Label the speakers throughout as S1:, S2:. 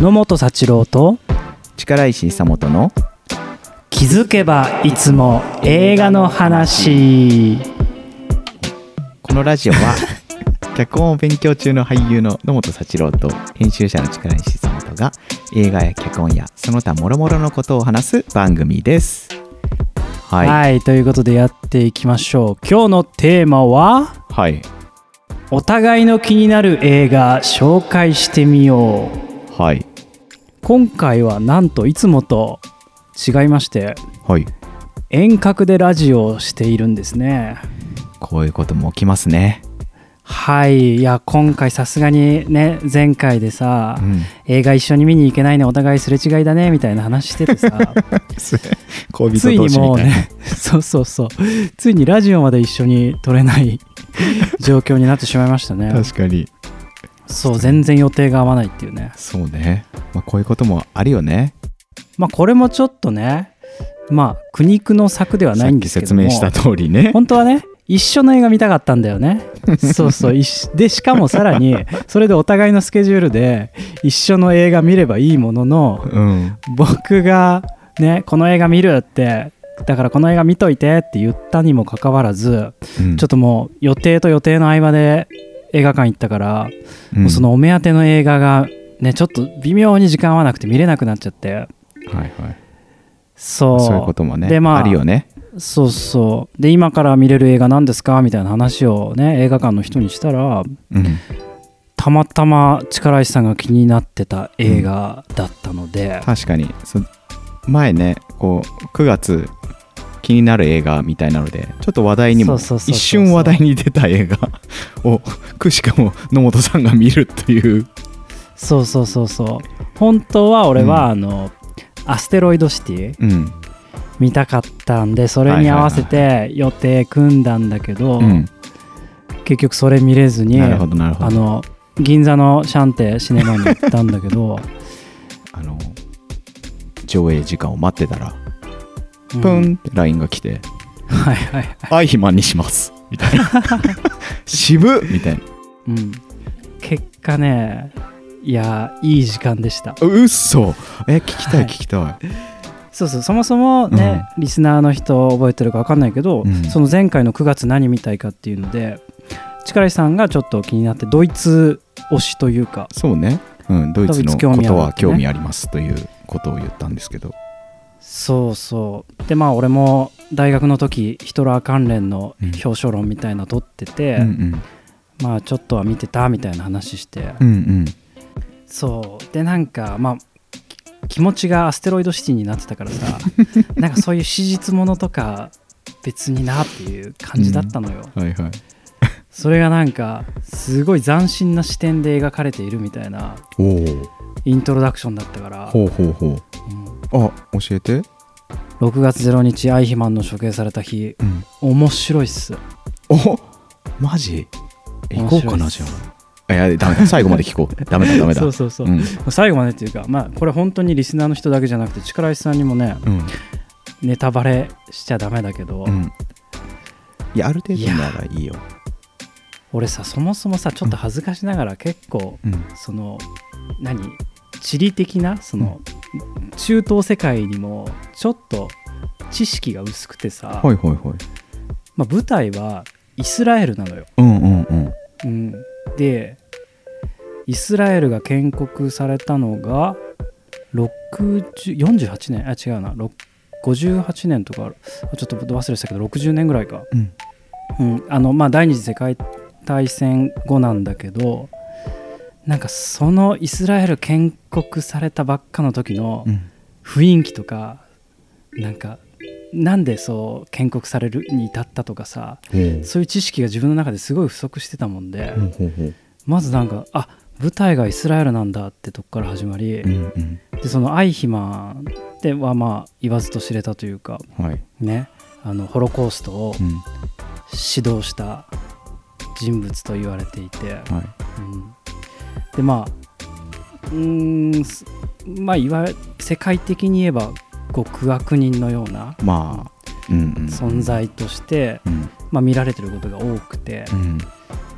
S1: 野本幸郎と
S2: 力石久本の
S1: 気づけばいつも映画の話
S2: このラジオ は脚本を勉強中の俳優の野本幸郎と編集者の力石久本が映画や脚本やその他諸々のことを話す番組ですは
S1: はいい、
S2: はい、
S1: ということでやっていきましょう今日のテーマは
S2: はい
S1: お互いの気になる映画紹介してみよう
S2: はい
S1: 今回はなんといつもと違いまして遠隔でラジオをしているんですね
S2: こういうことも起きますね
S1: はいいや今回さすがにね前回でさ、
S2: うん
S1: 映画一緒に見に行けないねお互いすれ違いだねみたいな話しててさ
S2: 恋
S1: ついにもうね そうそうそうついにラジオまで一緒に撮れない 状況になってしまいましたね
S2: 確かに
S1: そう全然予定が合わないっていうね
S2: そうね、まあ、こういうこともあるよね
S1: まあこれもちょっとねまあ苦肉の策ではないんですけども
S2: さっき説明した通りね
S1: 本当はね一緒の映画見たかったんだよねそう そう一緒でしかもさらにそれでお互いのスケジュールで一緒の映画見ればいいものの
S2: うん
S1: 僕がねこの映画見るってだからこの映画見といてって言ったにもかかわらず
S2: うん
S1: ちょっともう予定と予定の合間で映画館行ったから、
S2: うん
S1: もうそのお目当ての映画がねちょっと微妙に時間合わなくて見れなくなっちゃって
S2: はいはい
S1: そう
S2: そういうこともね
S1: でまあ
S2: あるよね
S1: そうそうで今から見れる映画何ですかみたいな話をね映画館の人にしたら
S2: うん
S1: たまたま力石さんが気になってた映画だったので、
S2: 確かにそ前ねこう9月気になる映画みたいなのでちょっと話題にも
S1: そうそうそうそう
S2: 一瞬話題に出た映画 をくしかも野本さんが見るという
S1: そうそうそうそう本当は俺は、
S2: うん
S1: あのアステロイドシティ
S2: うん
S1: 見たかったんでそれに合わせて予定組んだんだけど、
S2: うん
S1: 結局それ見れずに
S2: なるほ
S1: あ
S2: どなるほど
S1: の銀座のシャンテシネマに行ったんだけ ど、
S2: あの上映時間を待ってたら
S1: うん
S2: プンって LINE が来て
S1: はいはいはい、
S2: 「アイヒマンにします」みた いな「渋っ!」みたいな
S1: うん、結果ねいやいい時間でした
S2: 「うっそえ聞きた
S1: はいい
S2: 聞きたい
S1: そうそうそもそもね、リスナーの人覚えてるか分かんないけど、
S2: うん
S1: その前回の9月何見たいかっていうので力石さんがちょっと気になってドイツ推しというか」
S2: そうね、うん、ドイツの
S1: ドイツ興
S2: こ
S1: 味ある
S2: とは
S1: ってね
S2: 興味ありますということを言ったんですけど
S1: そうそうでまあ俺も大学の時ヒトラー関連の表彰論みたいなの取ってて、
S2: うんうん
S1: まあちょっとは見てたみたいな話して、
S2: うんうん
S1: そうでなんかまあき気持ちがアステロイドシティになってたから さなんかそういう史実ものとか別になっていう感じだったのよ、
S2: はいはい。
S1: それがなんかすごい斬新な視点で描かれているみたいな
S2: おお。
S1: イントロダクションだったから、
S2: ほうほうほ
S1: うん
S2: う。あ、教えて。
S1: 6月0日アイヒマンの処刑された日
S2: うん。
S1: 面白いっす
S2: お、マジ。え行こうかな
S1: 面白いっ
S2: じ
S1: す
S2: ゃあ。いやダ メだ。最後まで聞こう。ダメだダメだ。
S1: そうそうそう、
S2: ん。
S1: 最後までっていうか、まあ、これ本当にリスナーの人だけじゃなくて力石さんにもね
S2: うん。
S1: ネタバレしちゃダメだけど、
S2: うん。いやある程度ならいいよ。
S1: 俺さそもそもさちょっと恥ずかしながら結構、
S2: うん。
S1: その何地理的なその、中東世界にもちょっと知識が薄くてさ、
S2: はいはいはい。
S1: まあ、舞台はイスラエルなのよ。
S2: うんうんうん。
S1: うん、でイスラエルが建国されたのが60 48年あ違うなろ58年とかあちょっと忘れてたけど60年ぐらいか、
S2: うん
S1: うんあのまあ、第二次世界大戦後なんだけどなんかそのイスラエル建国されたばっかの時の
S2: うん。
S1: 雰囲気とかなんかなんでそう建国されるに至ったとかさ
S2: ほう
S1: そういう知識が自分の中ですごい不足してたもんで、
S2: ほうほうほう。
S1: まずなんかあ舞台がイスラエルなんだってとこから始まり、
S2: うんうん。
S1: でそのアイヒマンではまあ言わずと知れたというか
S2: はい。
S1: ねあのホロコーストを
S2: うん。
S1: 指導した人物と言われていて、
S2: はい。
S1: うんでまあうーんすまあいわゆる世界的に言えば極悪人のような
S2: まあ。うんうん。
S1: 存。在として、
S2: うん。
S1: まあ、見られてることが多くて、
S2: うん。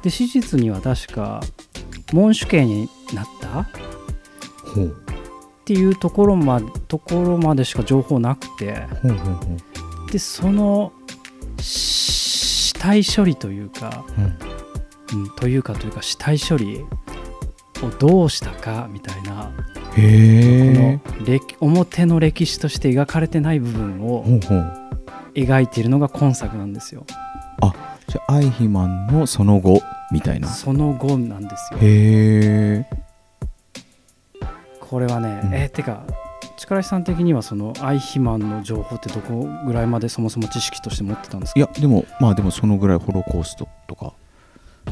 S1: で史実には確か門主刑になった
S2: ほう。
S1: っていうところまところまでしか情報なくて
S2: ほうほうほう
S1: でそのし死体処理というか、
S2: うん
S1: うん、というかというか死体処理をどうしたかみたいなこ
S2: へ
S1: の
S2: え
S1: 歴表の歴史として描かれてない部分を
S2: ほうほう
S1: 描いているのが今作なんですよ
S2: じゃあアイヒマンのその後みたいな
S1: その後なんですよ
S2: へえ
S1: これはね、
S2: うん
S1: えーてか力石さん的にはそのアイヒマンの情報ってどこぐらいまでそもそも知識として持ってたんですか
S2: いやでもまあでもそのぐらいホロコーストとか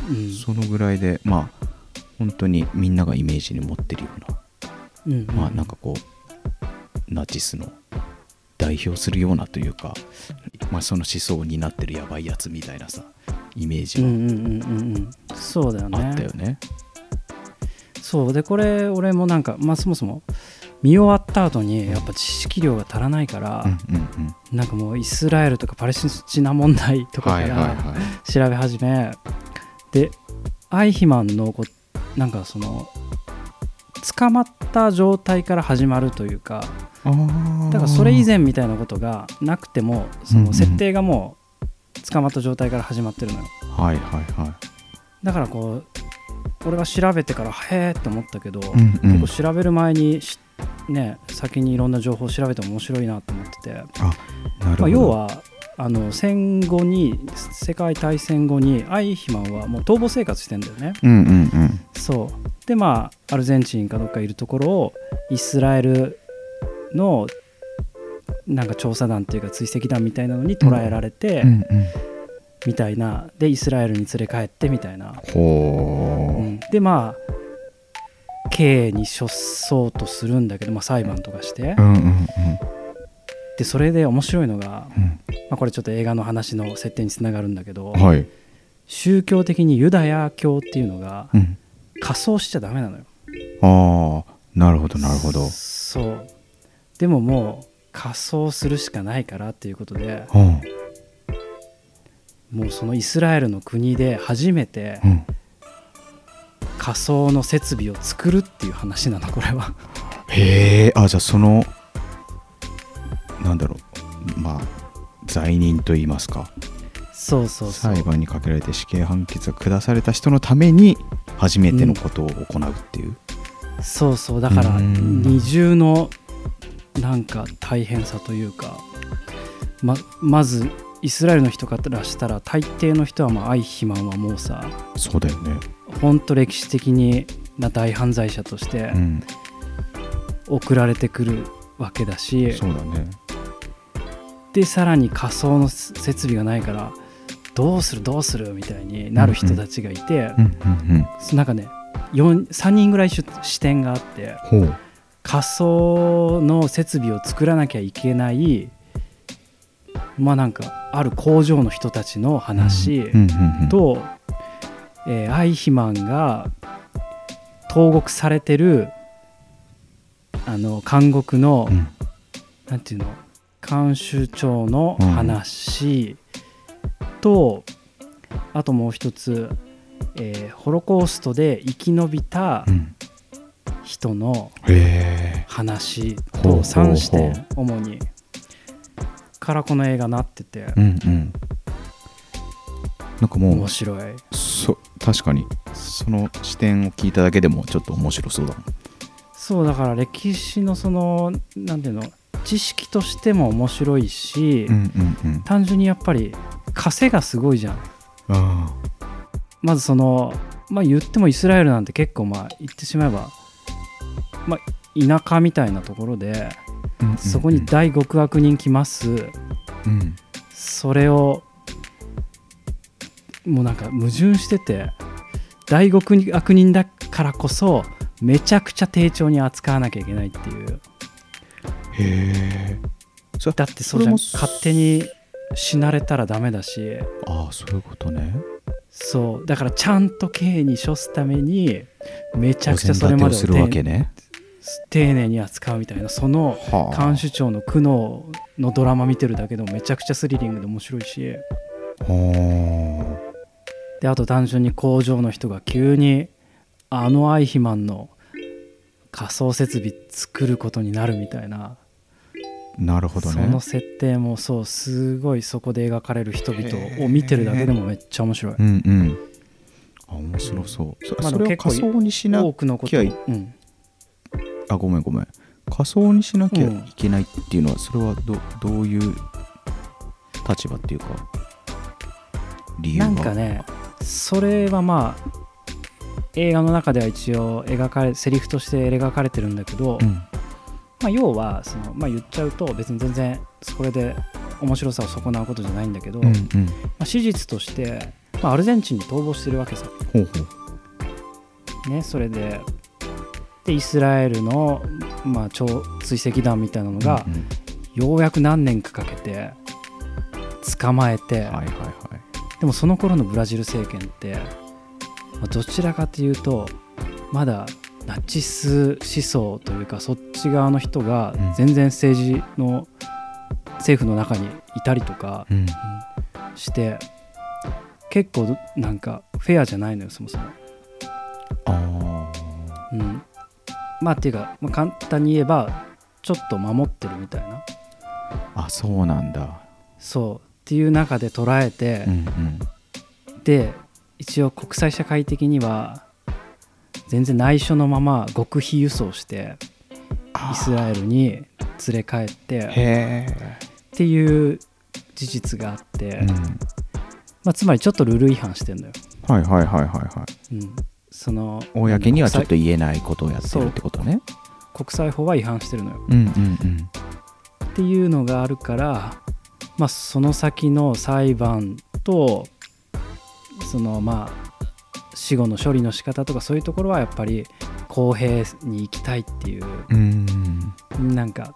S1: うん
S2: そのぐらいでまあ本当にみんながイメージに持ってるような、
S1: うん
S2: まあなんかこうナチスの代表するようなというか、まあ、その思想になってるやばいやつみたいなさイメー
S1: う
S2: ジ
S1: んう
S2: は
S1: んうんうんうんそうだよね
S2: あったよね。
S1: そうでこれ俺もなんかまあそもそも見終わった後にやっぱ知識量が足らないから、
S2: うんうんうん
S1: なんかもうイスラエルとかパレスチナ問題とかから
S2: い。
S1: 調べ始め、でアイヒマンのこうなんかその捕まった状態から始まるというか
S2: あー
S1: だからそれ以前みたいなことがなくてもそ
S2: うんう
S1: の
S2: ん
S1: 設定がもう捕まった状態から始まってるのよ
S2: はいはいは
S1: だからこう俺が調べてからへーって思ったけど、
S2: い。うんうん
S1: 結構調べる前にしね先にいろんな情報を調べても面白いなと思ってて、
S2: なるほ
S1: ま
S2: ど
S1: あ、要はあの戦後に世界大戦後にアイヒマンはもう逃亡生活してんだよね
S2: うんうんうん
S1: そうでまあアルゼンチンかどっかいるところをイスラエルのなんか調査団っていうか追跡団みたいなのに捕らえられて、
S2: うんうん。
S1: みたいなでイスラエルに連れ帰ってみたいなう
S2: ほ
S1: んでまあ刑に処そうとするんだけど、まあ、裁判とかして、
S2: う。うんうんうん
S1: でそれで面白いのが、
S2: うん。
S1: まあ、これちょっと映画の話の設定につながるんだけ ど、
S2: はい。
S1: 宗教的にユダヤ教っていうのが
S2: うん。
S1: 仮装しちゃダメなのよ
S2: ああ、なるほどなるほど。
S1: そうでももう仮装するしかないからっていうことで
S2: うん
S1: もうそのイスラエルの国で初めて
S2: うん。
S1: 仮装の設備を作るっていう話なのこれは
S2: へえ、あじゃあそのなんだろう、まあ罪人と言いますか、
S1: そうそうそう
S2: 裁判にかけられて死刑判決が下された人のために初めてのことを行うっていう。
S1: そうそうだから
S2: うん
S1: 二重のなんか大変さというかままずイスラエルの人からしたら大抵の人はまあアイヒマンはもうさ
S2: そうだよね。
S1: ほんと歴史的にな大犯罪者として
S2: うん。
S1: 送られてくるわけだし、
S2: そうだね。
S1: でさらに仮想の設備がないからどうするどうするみたいになる人たちがいて、
S2: うんうん
S1: そなんかね3人ぐらいし視点があって
S2: うん。ほう。
S1: 仮想の設備を作らなきゃいけないまあなんかある工場の人たちの話、
S2: うんうんうん。
S1: と、えーアイヒマンが投獄されてるあの監獄の、
S2: うん
S1: なんていうの監修長の話と、あともう一つ、えーホロコーストで生き延びた
S2: うん。
S1: 人の
S2: へえ。
S1: 話
S2: ほうほ
S1: と
S2: うほう
S1: 3視点主にからこの映画なってて
S2: うんうん。なんかもう
S1: 面白い。
S2: そ確かにその視点を聞いただけでもちょっと面白そうだもん
S1: そうだから歴史のそのなんていうの知識としても面白いし、
S2: うんうん
S1: 単純にやっぱり枷がすごいじゃん
S2: あ
S1: まずそのまあ言ってもイスラエルなんて結構まあ言ってしまえばまあ田舎みたいなところで
S2: あ、うんうんうん
S1: そこに大極悪人来ます、
S2: うん
S1: それをもうなんか矛盾してて大極悪人だからこそめちゃくちゃ丁重に扱わなきゃいけないっていう
S2: へえ
S1: だってそうじゃん
S2: これも
S1: 勝手に死なれたらダメだし
S2: ああそういうことね
S1: そうだからちゃんと刑に処すためにめちゃくちゃそれ
S2: お膳
S1: ま
S2: 立てを
S1: でを
S2: するわけね
S1: 丁寧に扱うみたいなその
S2: は
S1: 看守長の苦悩のドラマ見てるだけでもめちゃくちゃスリリングで面白いし
S2: は
S1: であと単純に工場の人が急にあのアイヒマンの仮想設備作ることになるみたいな
S2: なるほど
S1: そ
S2: ね
S1: の設定もそうすごいそこで描かれる人々を見てるだけでもめっちゃ面白い
S2: うんうんあ面白そうそ,、
S1: まあでも
S2: それを
S1: 結構
S2: 仮想にしな
S1: 多くのことを、
S2: 気合い
S1: うん、
S2: あごめんごめん仮想にしなきゃ
S1: うん
S2: いけないっていうのは、それはどどういう立場っていうか理由
S1: な
S2: は
S1: んかねそれはまあ映画の中では一応描かれセリフとして描かれてるんだけど、
S2: うん
S1: まあ、要はその、まあ、言っちゃうと別に全然それで面白さを損なうことじゃないんだけど、
S2: うんう
S1: ま
S2: ん
S1: あ、史実として、まあ、アルゼンチンに逃亡してるわけさ、
S2: ほうほう
S1: ね、それででイスラエルの、まあ、超追跡団みたいなのが
S2: う、んうん
S1: ようやく何年かかけて捕まえて、
S2: はいはいはい
S1: でもその頃のブラジル政権って、まあどちらかというとまだナチス思想というかそっち側の人が
S2: うん
S1: 全然政治の政府の中にいたりとか
S2: うん
S1: して結構なんかフェアじゃないのよそもそも。
S2: あ
S1: うん、まあっていうか、まあ簡単に言えばちょっと守ってるみたいな
S2: ーあそうなんだ
S1: そうっていう中で捉えて。
S2: うんうん
S1: で一応国際社会的には全然内緒のまま極秘輸送してイスラエルに連れ帰って
S2: へ
S1: っていう事実があって、
S2: え、うん、
S1: まあ、つまりちょっとルール違反してんだよ、
S2: はいはいはいはいはい
S1: うん、その
S2: 公にはちょっ
S1: 国
S2: と言えないことをやってるってことね
S1: 際国際法は違反してるのよ
S2: うんうんうん
S1: っていうのがあるから、まあ、その先の裁判とそのまあ死後の処理の仕方とかそういうところはやっぱり公平に行きたいっていう
S2: うん
S1: なんか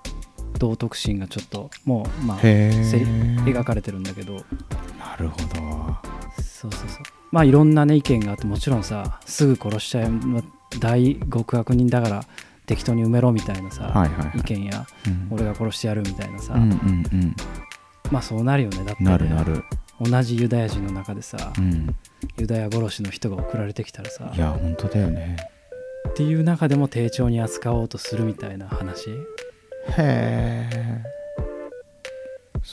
S1: 道徳心がちょっともうまあ
S2: へ
S1: せり
S2: え
S1: 描かれてるんだけど
S2: なるほど
S1: そうそうそうまあいろんなね意見があってもちろんさすぐ殺しちゃえま大極悪人だから適当に埋めろみたいなさ、
S2: はいはいはい
S1: 意見や
S2: うん
S1: 俺が殺してやるみたいなさ、
S2: うんうんうん
S1: まあそうなるよねだってね、
S2: なるなる
S1: 同じユダヤ人の中でさ、
S2: うん
S1: ユダヤ殺しの人が送られてきたらさ
S2: いや本当だよね
S1: っていう中でも丁重に扱おうとするみたいな話
S2: へえ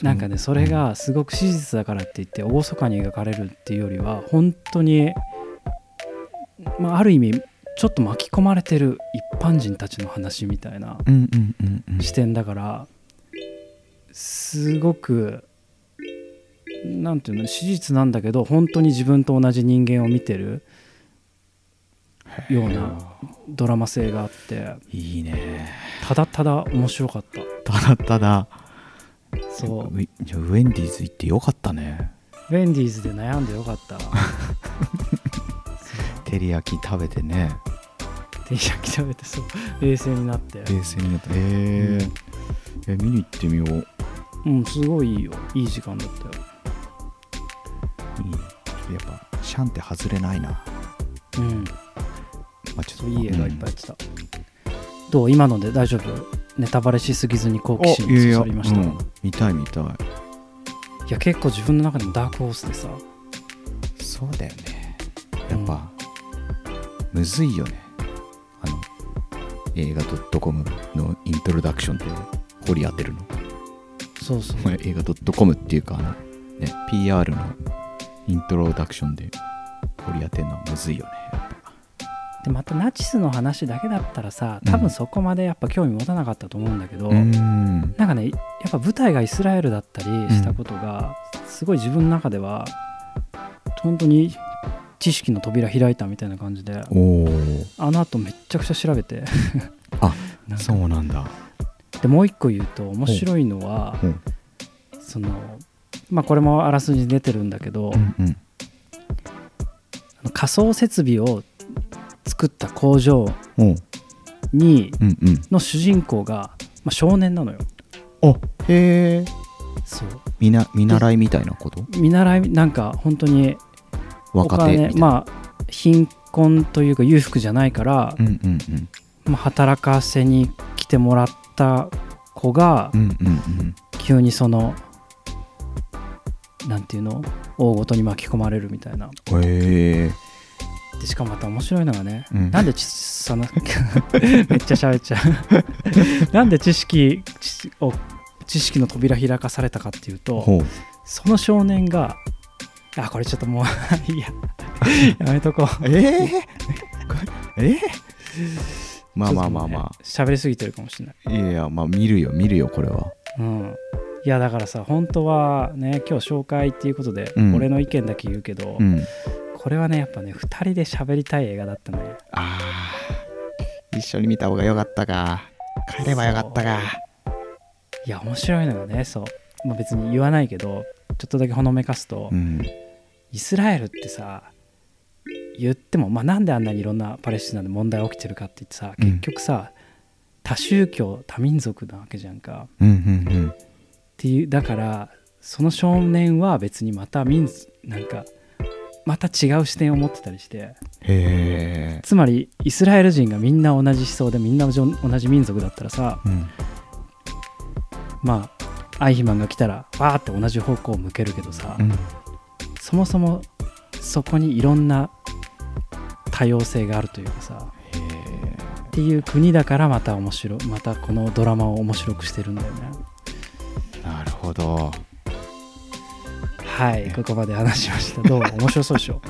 S1: なんかねそれがすごく史実だからって言って厳かに描かれるっていうよりは本当に、まあ、ある意味ちょっと巻き込まれてる一般人たちの話みたいな
S2: うんうんうんうん
S1: 視点だからすごくなんていうの史実なんだけど本当に自分と同じ人間を見てるようなドラマ性があって
S2: いいね
S1: ただただ面白かった。
S2: ただただ
S1: そう
S2: うじゃあウェンディーズ行ってよかったね
S1: ウェンディーズで悩んでよかった。
S2: 照り焼き食べてね
S1: T シャツ食べてそう冷静になって
S2: 冷静になってへええ見に行ってみよう
S1: うんすごいいいよいい時間だったよ
S2: いいねやっぱシャンって外れないな、
S1: うん
S2: まあ、ちょっ
S1: そ
S2: と
S1: ういい映画いっぱいやってた、どう今ので大丈夫ネタバレしすぎずに好
S2: お
S1: 奇心
S2: いやい
S1: に
S2: や
S1: そそりました
S2: う
S1: いや,、
S2: ん見たい見たい
S1: 結構自分の中でもダークホースでさ
S2: そうだよねやっぱ、むずいよねあの映画 .com のイントロダクションで掘り当てるの
S1: そうそう
S2: お前映画 .com っていうかあの、ね、PR のイントロダクションで掘り当てるのはむずいよね
S1: でまたナチスの話だけだったらさ多分そこまでやっぱ興味持たなかったと思うんだけど、
S2: ん
S1: なんかねやっぱ舞台がイスラエルだったりしたことが、すごい自分の中では本当に知識の扉開いたみたいな感じで
S2: おー
S1: あの後めっちゃくちゃ調べて
S2: あ
S1: なんか
S2: そうなんだ
S1: でもう一個言うと面白いのは
S2: ほう
S1: そのまあこれもあらすじに出てるんだけど、
S2: うんうん
S1: あの仮想設備を作った工場
S2: おう
S1: に
S2: うんうん
S1: の主人公が、まあ、少年なのよ
S2: あへえ
S1: そう
S2: 見な見習いみたいなこと
S1: 見習いなんか本当にお
S2: 若手みたい
S1: 金
S2: な、
S1: まあ貧困というか裕福じゃないから、
S2: うんうんうん
S1: まあ、働かせに来てもらった子が
S2: うんうんうん
S1: 急にそのなんていうの大ごとに巻き込まれるみたいな
S2: へえ
S1: でしかもまた面白いのがね、
S2: うん
S1: なんでちその めっちゃ喋っちゃう なんで知識知を知識の扉開かされたかっていうと
S2: ほう
S1: その少年があこれちょっともう い いややめとこう
S2: ええ ええまあまあまあ
S1: ちょっと
S2: ま
S1: ね喋りすぎてるかもしれない、
S2: あ、いやいやまあ見るよ見るよこれは
S1: うん、いやだからさ本当はね今日紹介っていうことで、
S2: うん
S1: 俺の意見だけ言うけど、
S2: うん
S1: これはねやっぱね2人で喋りたい映画だったね
S2: あー一緒に見た方が良かったか帰れば良かったか
S1: いや面白いのよねそう、まあ、別に言わないけどちょっとだけほのめかすと、
S2: うん
S1: イスラエルってさ言っても、まあ、なんであんなにいろんなパレスチナで問題起きてるかって言ってさ
S2: う
S1: 結
S2: ん
S1: 局さ、多宗教多民族なわけじゃんか
S2: うんうん
S1: っていうだからその少年は別にまた民族なんかまた違う視点を持ってたりして
S2: うんへえ
S1: つまりイスラエル人がみんな同じ思想でみんな同じ民族だったらさ
S2: うん
S1: まあアイヒマンが来たらバーって同じ方向を向けるけどさ、
S2: うん
S1: そもそもそこにいろんな多様性があるというかさ
S2: へ
S1: っていう国だからまた面白いまたこのドラマを面白くしてるんだよね
S2: えなるほど
S1: はいここまで話しました どう面白そうでしょ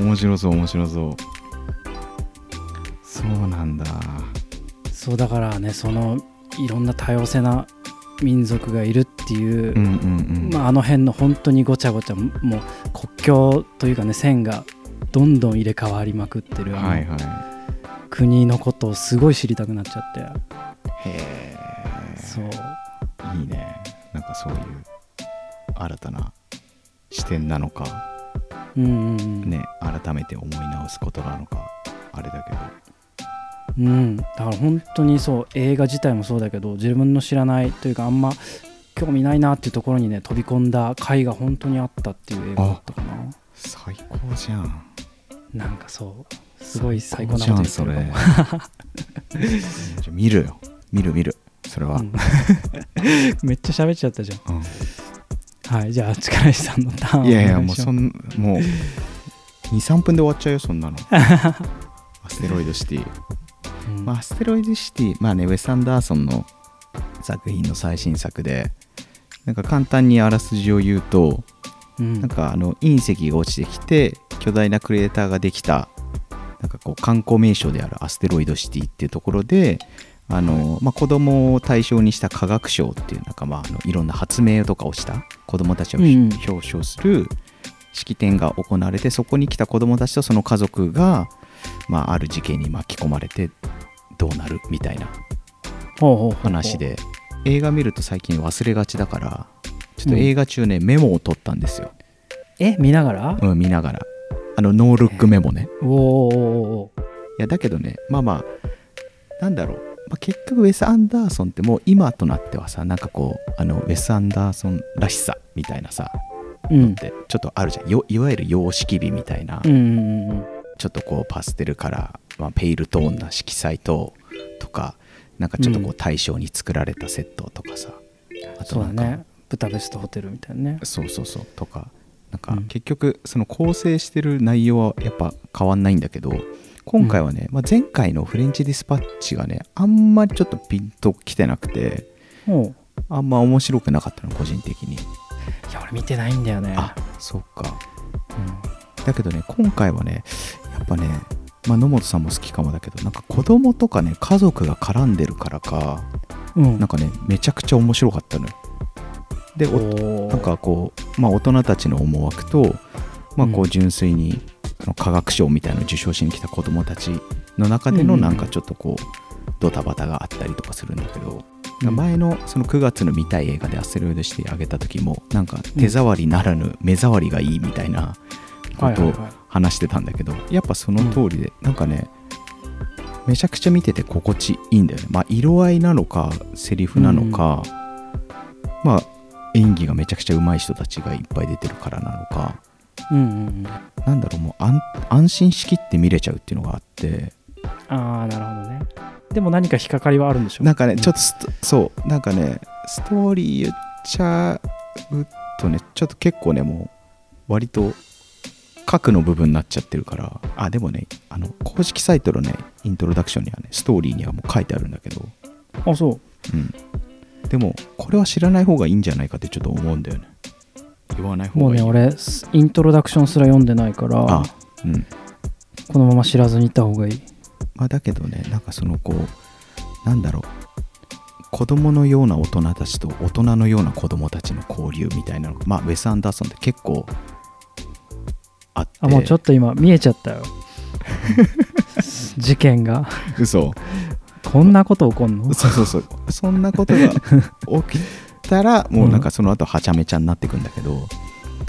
S2: 面白そう面白そうそうなんだ
S1: そうだからねそのいろんな多様性な民族がいるっていう、
S2: うんうんうん
S1: まあ、あの辺の本当にごちゃごちゃもう国境というかね線がどんどん入れ替わりまくってるあの
S2: はいは
S1: 国のことをすごい知りたくなっちゃって
S2: いへえ
S1: そう
S2: いいねなんかそういう新たな視点なのか
S1: うんうんうん、
S2: ね改めて思い直すことなのかあれだけど
S1: うん、だから本当にそう映画自体もそうだけど自分の知らないというかあんま興味ないなっていうところにね飛び込んだ回が本当にあったっていう映画だったかな
S2: 最高じゃん
S1: なんかそうすごい最高な
S2: じ
S1: こと
S2: ゃん
S1: 言って
S2: そ
S1: る
S2: れじゃあ 見るよ見る見るそれは、
S1: う
S2: うん
S1: ん めっちゃ喋っちゃったじゃんはいじゃあ力石さんのターン
S2: いやいや
S1: お願
S2: もう
S1: します
S2: そんもう23分で終わっちゃうよそ んなのアステロイドシティ、
S1: うん
S2: まあ、アステロイドシティまあねウェス・アンダーソンの作品の最新作でなんか簡単にあらすじを言うと
S1: うん
S2: なんかあの隕石が落ちてきて巨大なクレーターができたなんかこう観光名所であるアステロイドシティっていうところであの、まあ、子供を対象にした科学賞っていうなんかまああのいろんな発明とかをした子供たちをひ、
S1: うんうん
S2: 表彰する式典が行われてそこに来た子供たちとその家族が、まあ、ある事件に巻き込まれてどうなるみたいな
S1: ほうほうほうほう
S2: 話で映画見ると最近忘れがちだからちょっと映画中ね、メモを取ったんですよ。
S1: え見ながら、
S2: うん、見ながら。あの、ノールックメモね。
S1: おーおーおーおー
S2: いや、だけどね、まあまあ、なんだろう。まあ、結局、ウェス・アンダーソンってもう今となってはさ、なんかこう、あの、ウェス・アンダーソンらしさみたいなさ、
S1: うん
S2: でちょっとあるじゃん。よいわゆる様式美みたいな、
S1: うんうんうん
S2: ちょっとこう、パステルカラー、まあ、ペイルトーンな色彩と、とか、なんかちょっとこ
S1: う
S2: う、対象に作られたセットとかさ、あと
S1: そう
S2: な
S1: だ
S2: んか、
S1: ね豚ベストホテルみたいなね
S2: そうそうそうとかなん
S1: う
S2: か
S1: ん
S2: 結局その構成してる内容はやっぱ変わんないんだけど今回はね、まあ、前回のフレンチディスパッチがねあんまりちょっとピンときてなくて
S1: ほう
S2: あんま面白くなかったの個人的に
S1: いや俺見てないんだよね
S2: あそうか
S1: うん
S2: だけどね今回はねやっぱね、まあ、野本さんも好きかもだけどなんか子供とかね家族が絡んでるからか
S1: うん
S2: なんかねめちゃくちゃ面白かったのよでおなんかこう、まあ、大人たちの思惑と、まあ、
S1: う
S2: こうん純粋にあの科学賞みたいなのを受賞しに来た子どもたちの中での
S1: うんうんう
S2: なんんかちょっとこうドタバタがあったりとかするんだけど、
S1: うん
S2: 前のその9月の見たい映画でアステロイドしてあげた時もなんか手触りならぬ目触りがいいみたいなこ
S1: はい
S2: と
S1: はい
S2: を
S1: はい
S2: 話してたんだけどやっぱその通りで、なんかねめちゃくちゃ見てて心地いいんだよね、まあ、色合いなのかセリフなのか、まあ演技がめちゃくちゃ上手い人たちがいっぱい出てるからなのか
S1: うんうんうん
S2: なんだろうもう安安心しきって見れちゃうっていうのがあって
S1: ああなるほどねでも何か引っかかりはあるんでしょ
S2: なんかねちょ
S1: と
S2: っとストそうなんかねストーリー言っちゃうとねちょっと結構ねもう割と核の部分になっちゃってるからあでもねあの公式サイトのねイントロダクションにはねストーリーにはもう書いてあるんだけど、
S1: あそう
S2: うん、でもこれは知らない方がいいんじゃないかってちょっと思うんだよね言わない方
S1: もう
S2: がいい
S1: ね
S2: よ
S1: 俺イントロダクションすら読んでないから
S2: あうん
S1: このまま知らずに行った方がいい
S2: まあ、だけどねなんかそのこうなんだろう子供のような大人たちと大人のような子供たちの交流みたいなのがまあウェス・アンダーソンって結構あって
S1: あもうちょっと今見えちゃったよ事件が
S2: 嘘
S1: こんなこと起こんの
S2: そうそうそうそんなことが起きたらもうなんかその後はちゃめちゃになってくんだけど、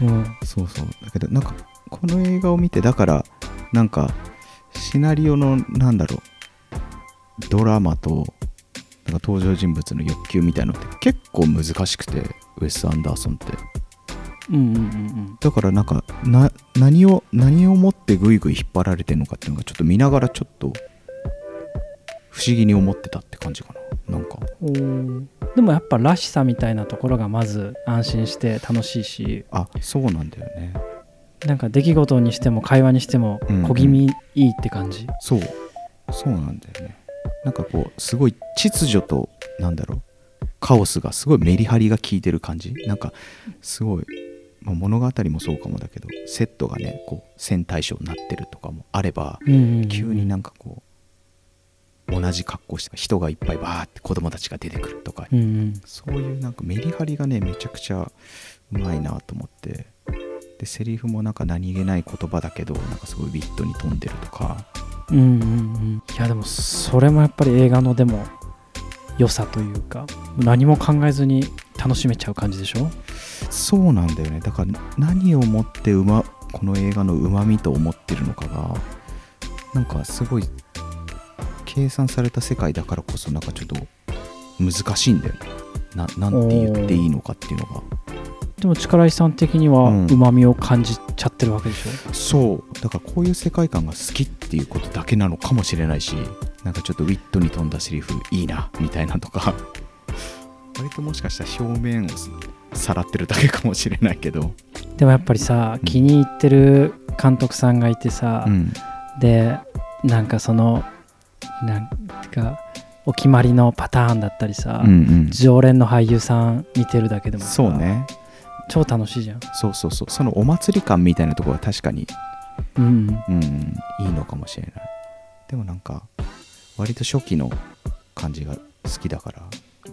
S1: うん
S2: そうそうだけどなんかこの映画を見てだからなんかシナリオのなんだろうドラマとなんか登場人物の欲求みたいなのって結構難しくてウェス・アンダーソンって
S1: うんうんうん
S2: だからなんかな何を何をもってグイグイ引っ張られてるのかっていうのがちょっと見ながらちょっと不思議に思ってたって感じかななんか
S1: うんでもやっぱらしさみたいなところがまず安心して楽しいし
S2: あそうなんだよね
S1: なんか出来事にしても会話にしても
S2: うんうん
S1: 小気味いいって感じ、
S2: そうそうなんだよねなんかこうすごい秩序となんだろうカオスがすごいメリハリが効いてる感じなんかすごい、まあ物語もそうかもだけどセットがねこう線対称になってるとかもあれば
S1: うんうんうん
S2: 急になんかこう同じ格好して人がいっぱいバーって子供たちが出てくるとか、
S1: うんうん
S2: そういうなんかメリハリがねめちゃくちゃうまいなと思ってでセリフもなんか何気ない言葉だけどなんかすごいウィットに飛んでるとか
S1: うんうんうんいやでもそれもやっぱり映画のでも良さというか何も考えずに楽しめちゃう感じでしょ
S2: そうなんだよねだから何をもってうまこの映画のうまみと思ってるのかがなんかすごい計算された世界だからこそなんかちょっと難しいんだよねななんて言っていいのかっていうのが
S1: でも力石さん的には
S2: うん
S1: うまみを感じちゃってるわけでしょ、
S2: そうだからこういう世界観が好きっていうことだけなのかもしれないしなんかちょっとウィットに富んだセリフいいなみたいなとか 割ともしかしたら表面をさらってるだけかもしれないけど、
S1: でもやっぱりさ
S2: うん
S1: 気に入ってる監督さんがいてさ、
S2: うん、
S1: でなんかそのなんかお決まりのパターンだったりさ、
S2: うん
S1: 常連の俳優さん見てるだけで
S2: うん
S1: もさ
S2: そうね
S1: 超楽しいじゃん、
S2: そうそうそうそのお祭り感みたいなところは確かに、
S1: うんうん、
S2: うんうん、いいのかもしれないでもなんか割と初期の感じが好きだから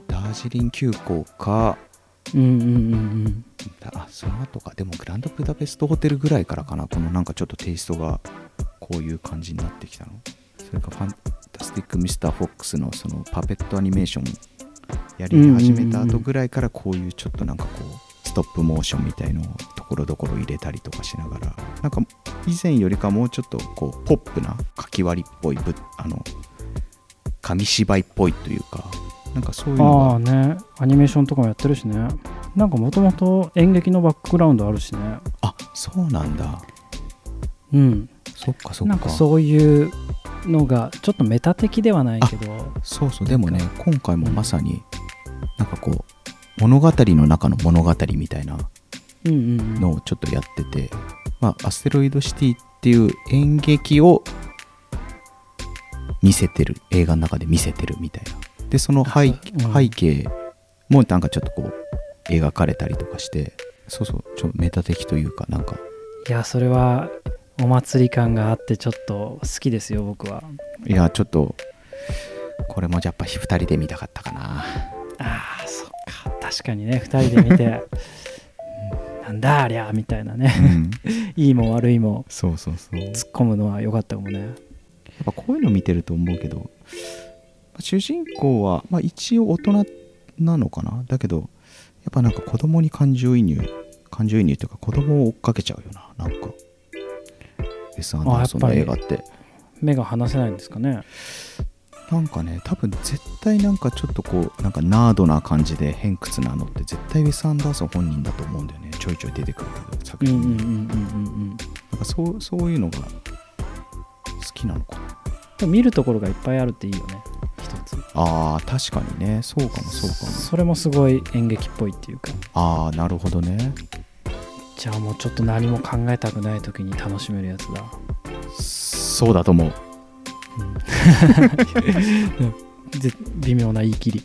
S2: ダージリン急行か
S1: うんうんうんうん
S2: だあその後かでもグランドブダペストホテルぐらいからかなこのなんかちょっとテイストがこういう感じになってきたのそれかファンタスティック・ミスター・フォックスのそのパペットアニメーションやり始めた
S1: うんうんうんう
S2: 後
S1: ん
S2: ぐらいからこういうちょっとなんかこうストップモーションみたいのをところどころ入れたりとかしながらなんか以前よりかもうちょっとこうポップなかき割りっぽいぶあの紙芝居っぽいというかなんかそういうの
S1: あ
S2: が
S1: あねアニメーションとかもやってるしねなんかもともと演劇のバックグラウンドあるしね
S2: あそうなんだ
S1: うん
S2: そっかそっ
S1: な
S2: か
S1: んかそういうのがちょっとメタ的ではないけど
S2: そうそうでもね今回もまさになんかこう物語の中の物語みたいな
S1: うんうんうん
S2: のをちょっとやってて、まあ、アステロイドシティっていう演劇を見せてる映画の中で見せてるみたいなでその背,、
S1: うん
S2: 背景もなんかちょっとこう描かれたりとかしてそうそうちょっとメタ的というかなんか
S1: いやそれはお祭り感があってちょっと好きですよ僕はい
S2: やちょっとこれもやっぱ2人で見たかったかな
S1: あーそっか確かにね2人で見て うんなんだありゃみたいなね いいも悪いも
S2: そうそうそう
S1: 突っ込むのは良かったかもね
S2: やっぱこういうの見てると思うけどまあ主人公は、まあ、一応大人なのかなだけどやっぱなんか子供に感情移入感情移入というか子供を追っかけちゃうよななんか S アンダーソン
S1: あ
S2: の
S1: や
S2: 映
S1: っぱ
S2: 画っ
S1: り
S2: て
S1: 目が離せないんですかね
S2: なんかね多分絶対なんかちょっとこうなんかナードな感じで偏屈なのって絶対ウェス・アンダーソン本人だと思うんだよねちょいちょい出てくるけど
S1: う
S2: 作
S1: んう
S2: 品
S1: ん
S2: に、
S1: うんうんうん
S2: なんかそうそういうのが好きなのか
S1: う
S2: な
S1: ん見るところがいっぱいあるっていいよね一つ
S2: あー確かにねそうかもそうかも
S1: それもすごい演劇っぽいっていうか
S2: ああなるほどね
S1: じゃあもうちょっと何も考えたくない時に楽しめるやつだ、
S2: そうだと思う
S1: うんぜ微妙な言い切 り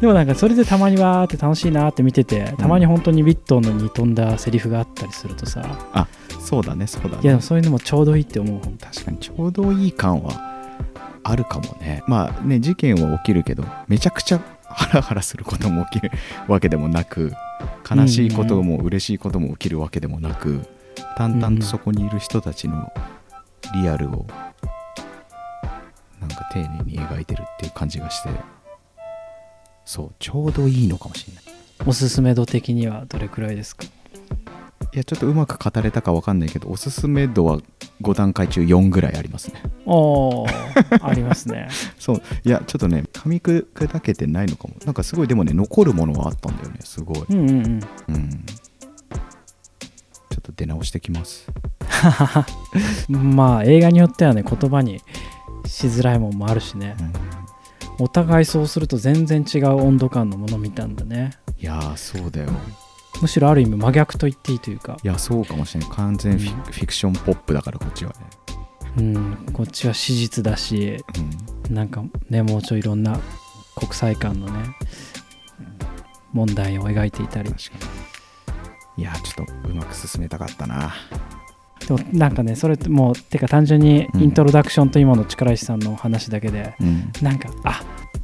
S1: でもなんかそれでたまにわーって楽しいなーって見ててたまに本当にビットンのに飛んだセリフがあったりするとさ、
S2: そうだねそうだね
S1: いやでもそういうのもちょうどいいって思う本
S2: 確かにちょうどいい感はあるかもねまあね事件は起きるけどめちゃくちゃハラハラすることも起きるわけでもなく悲しいことも嬉しいことも起きるわけでもなく、淡々とそこにいる人たちのリアルをなんか丁寧に描いてるっていう感じがしてそうちょうどいいのかもしれない
S1: 当おすすめ度的にはどれくらいですか
S2: いやちょっとうまく語れたかわかんないけどおすすめ度は5段階中4ぐらいありますね
S1: おー ありますね
S2: そういやちょっとね噛み砕けてないのかもなんかすごいでもね残るものはあったんだよねすごい
S1: うんうんうん
S2: うんちょっと出直してきます
S1: まあ映画によってはね言葉にしづらいもんもあるしね
S2: うん
S1: お互いそうすると全然違う温度感のもの見たんだね
S2: いやーそうだよ
S1: むしろある意味真逆と言っていいというか
S2: いやそうかもしれない完全フィ,、フィクションポップだからこっちはね
S1: うんこっちは史実だし
S2: うん
S1: なんかねもうちょいいろんな国際間のね問題を描いていたり
S2: 確かにいやーちょっとうまく進めたかったな
S1: でもなんかねそれってもうてか単純にイントロダクションと今の力石さんの話だけで、
S2: うん
S1: なんかあ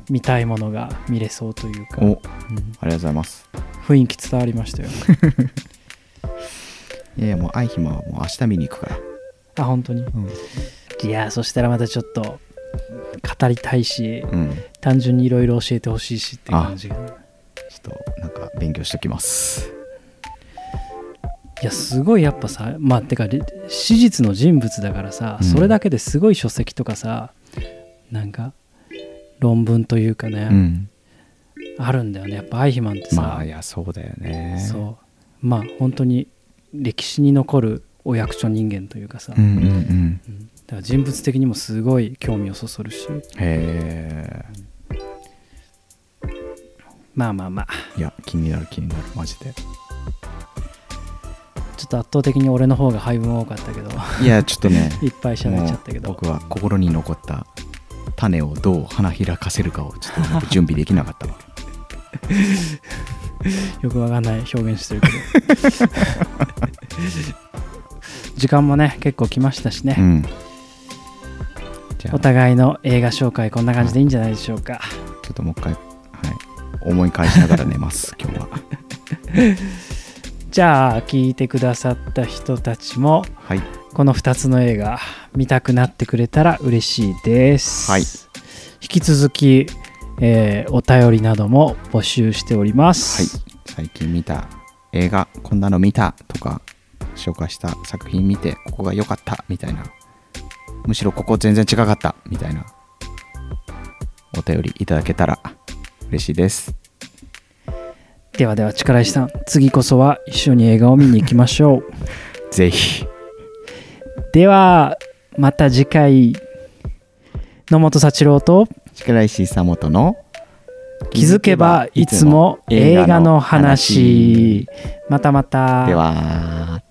S1: 見たいものが見れそうというか、
S2: おあり
S1: うん
S2: がとうございます
S1: 雰囲気伝わりましたよ
S2: いやいやもう愛姫はもう明日見に行くから、
S1: あ本当にいやーそしたらまたちょっと語りたいし
S2: うん
S1: 単純にいろいろ教えてほしいしっていう感じが
S2: ちょっとなんか勉強してきます
S1: いやすごいやっぱさまあてかり史実の人物だからさ、
S2: うん
S1: それだけですごい書籍とかさなんか論文というか
S2: う
S1: ね、
S2: ん
S1: あるんだよねやっぱアイヒマンってさ、
S2: まあいやそうだよね
S1: そうまあ本当に歴史に残るお役所人間というかさ、
S2: うんうんうん
S1: うんだから人物的にもすごい興味をそそるし
S2: へえ
S1: まあまあまあ
S2: いや気になる気になるマジで
S1: ちょっと圧倒的に俺の方が配分多かったけど
S2: いやちょっとね
S1: いっぱい喋っちゃったけ
S2: も
S1: ど
S2: う僕は心に残った種をどう花開かせるかをちょっとうまく準備できなかったわ
S1: よくわかんない表現してるけど 時間もね結構来ましたし
S2: う
S1: ね、
S2: んじゃあ
S1: お
S2: ちょ
S1: 互いの映画紹介こんな感じでいいんじゃないでしょうか
S2: っともう一回はい思い返しながら寝ます今日は
S1: じゃあ聞いてくださった人たちも
S2: はい
S1: この2つの映画見たくなってくれたら嬉しいです、
S2: はい
S1: 引き続き、えーお便りなども募集しております、
S2: はい、最近見た映画こんなの見たとか紹介した作品見てここが良かったみたいなむしろここ全然違かったみたいなお便りいただけたら嬉しいです
S1: ではでは力石さん次こそは一緒に映画を見に行きましょう
S2: ぜひ
S1: ではまた次回野本幸郎と
S2: 力石久本の
S1: 気づけばいつも映画の話またまた
S2: では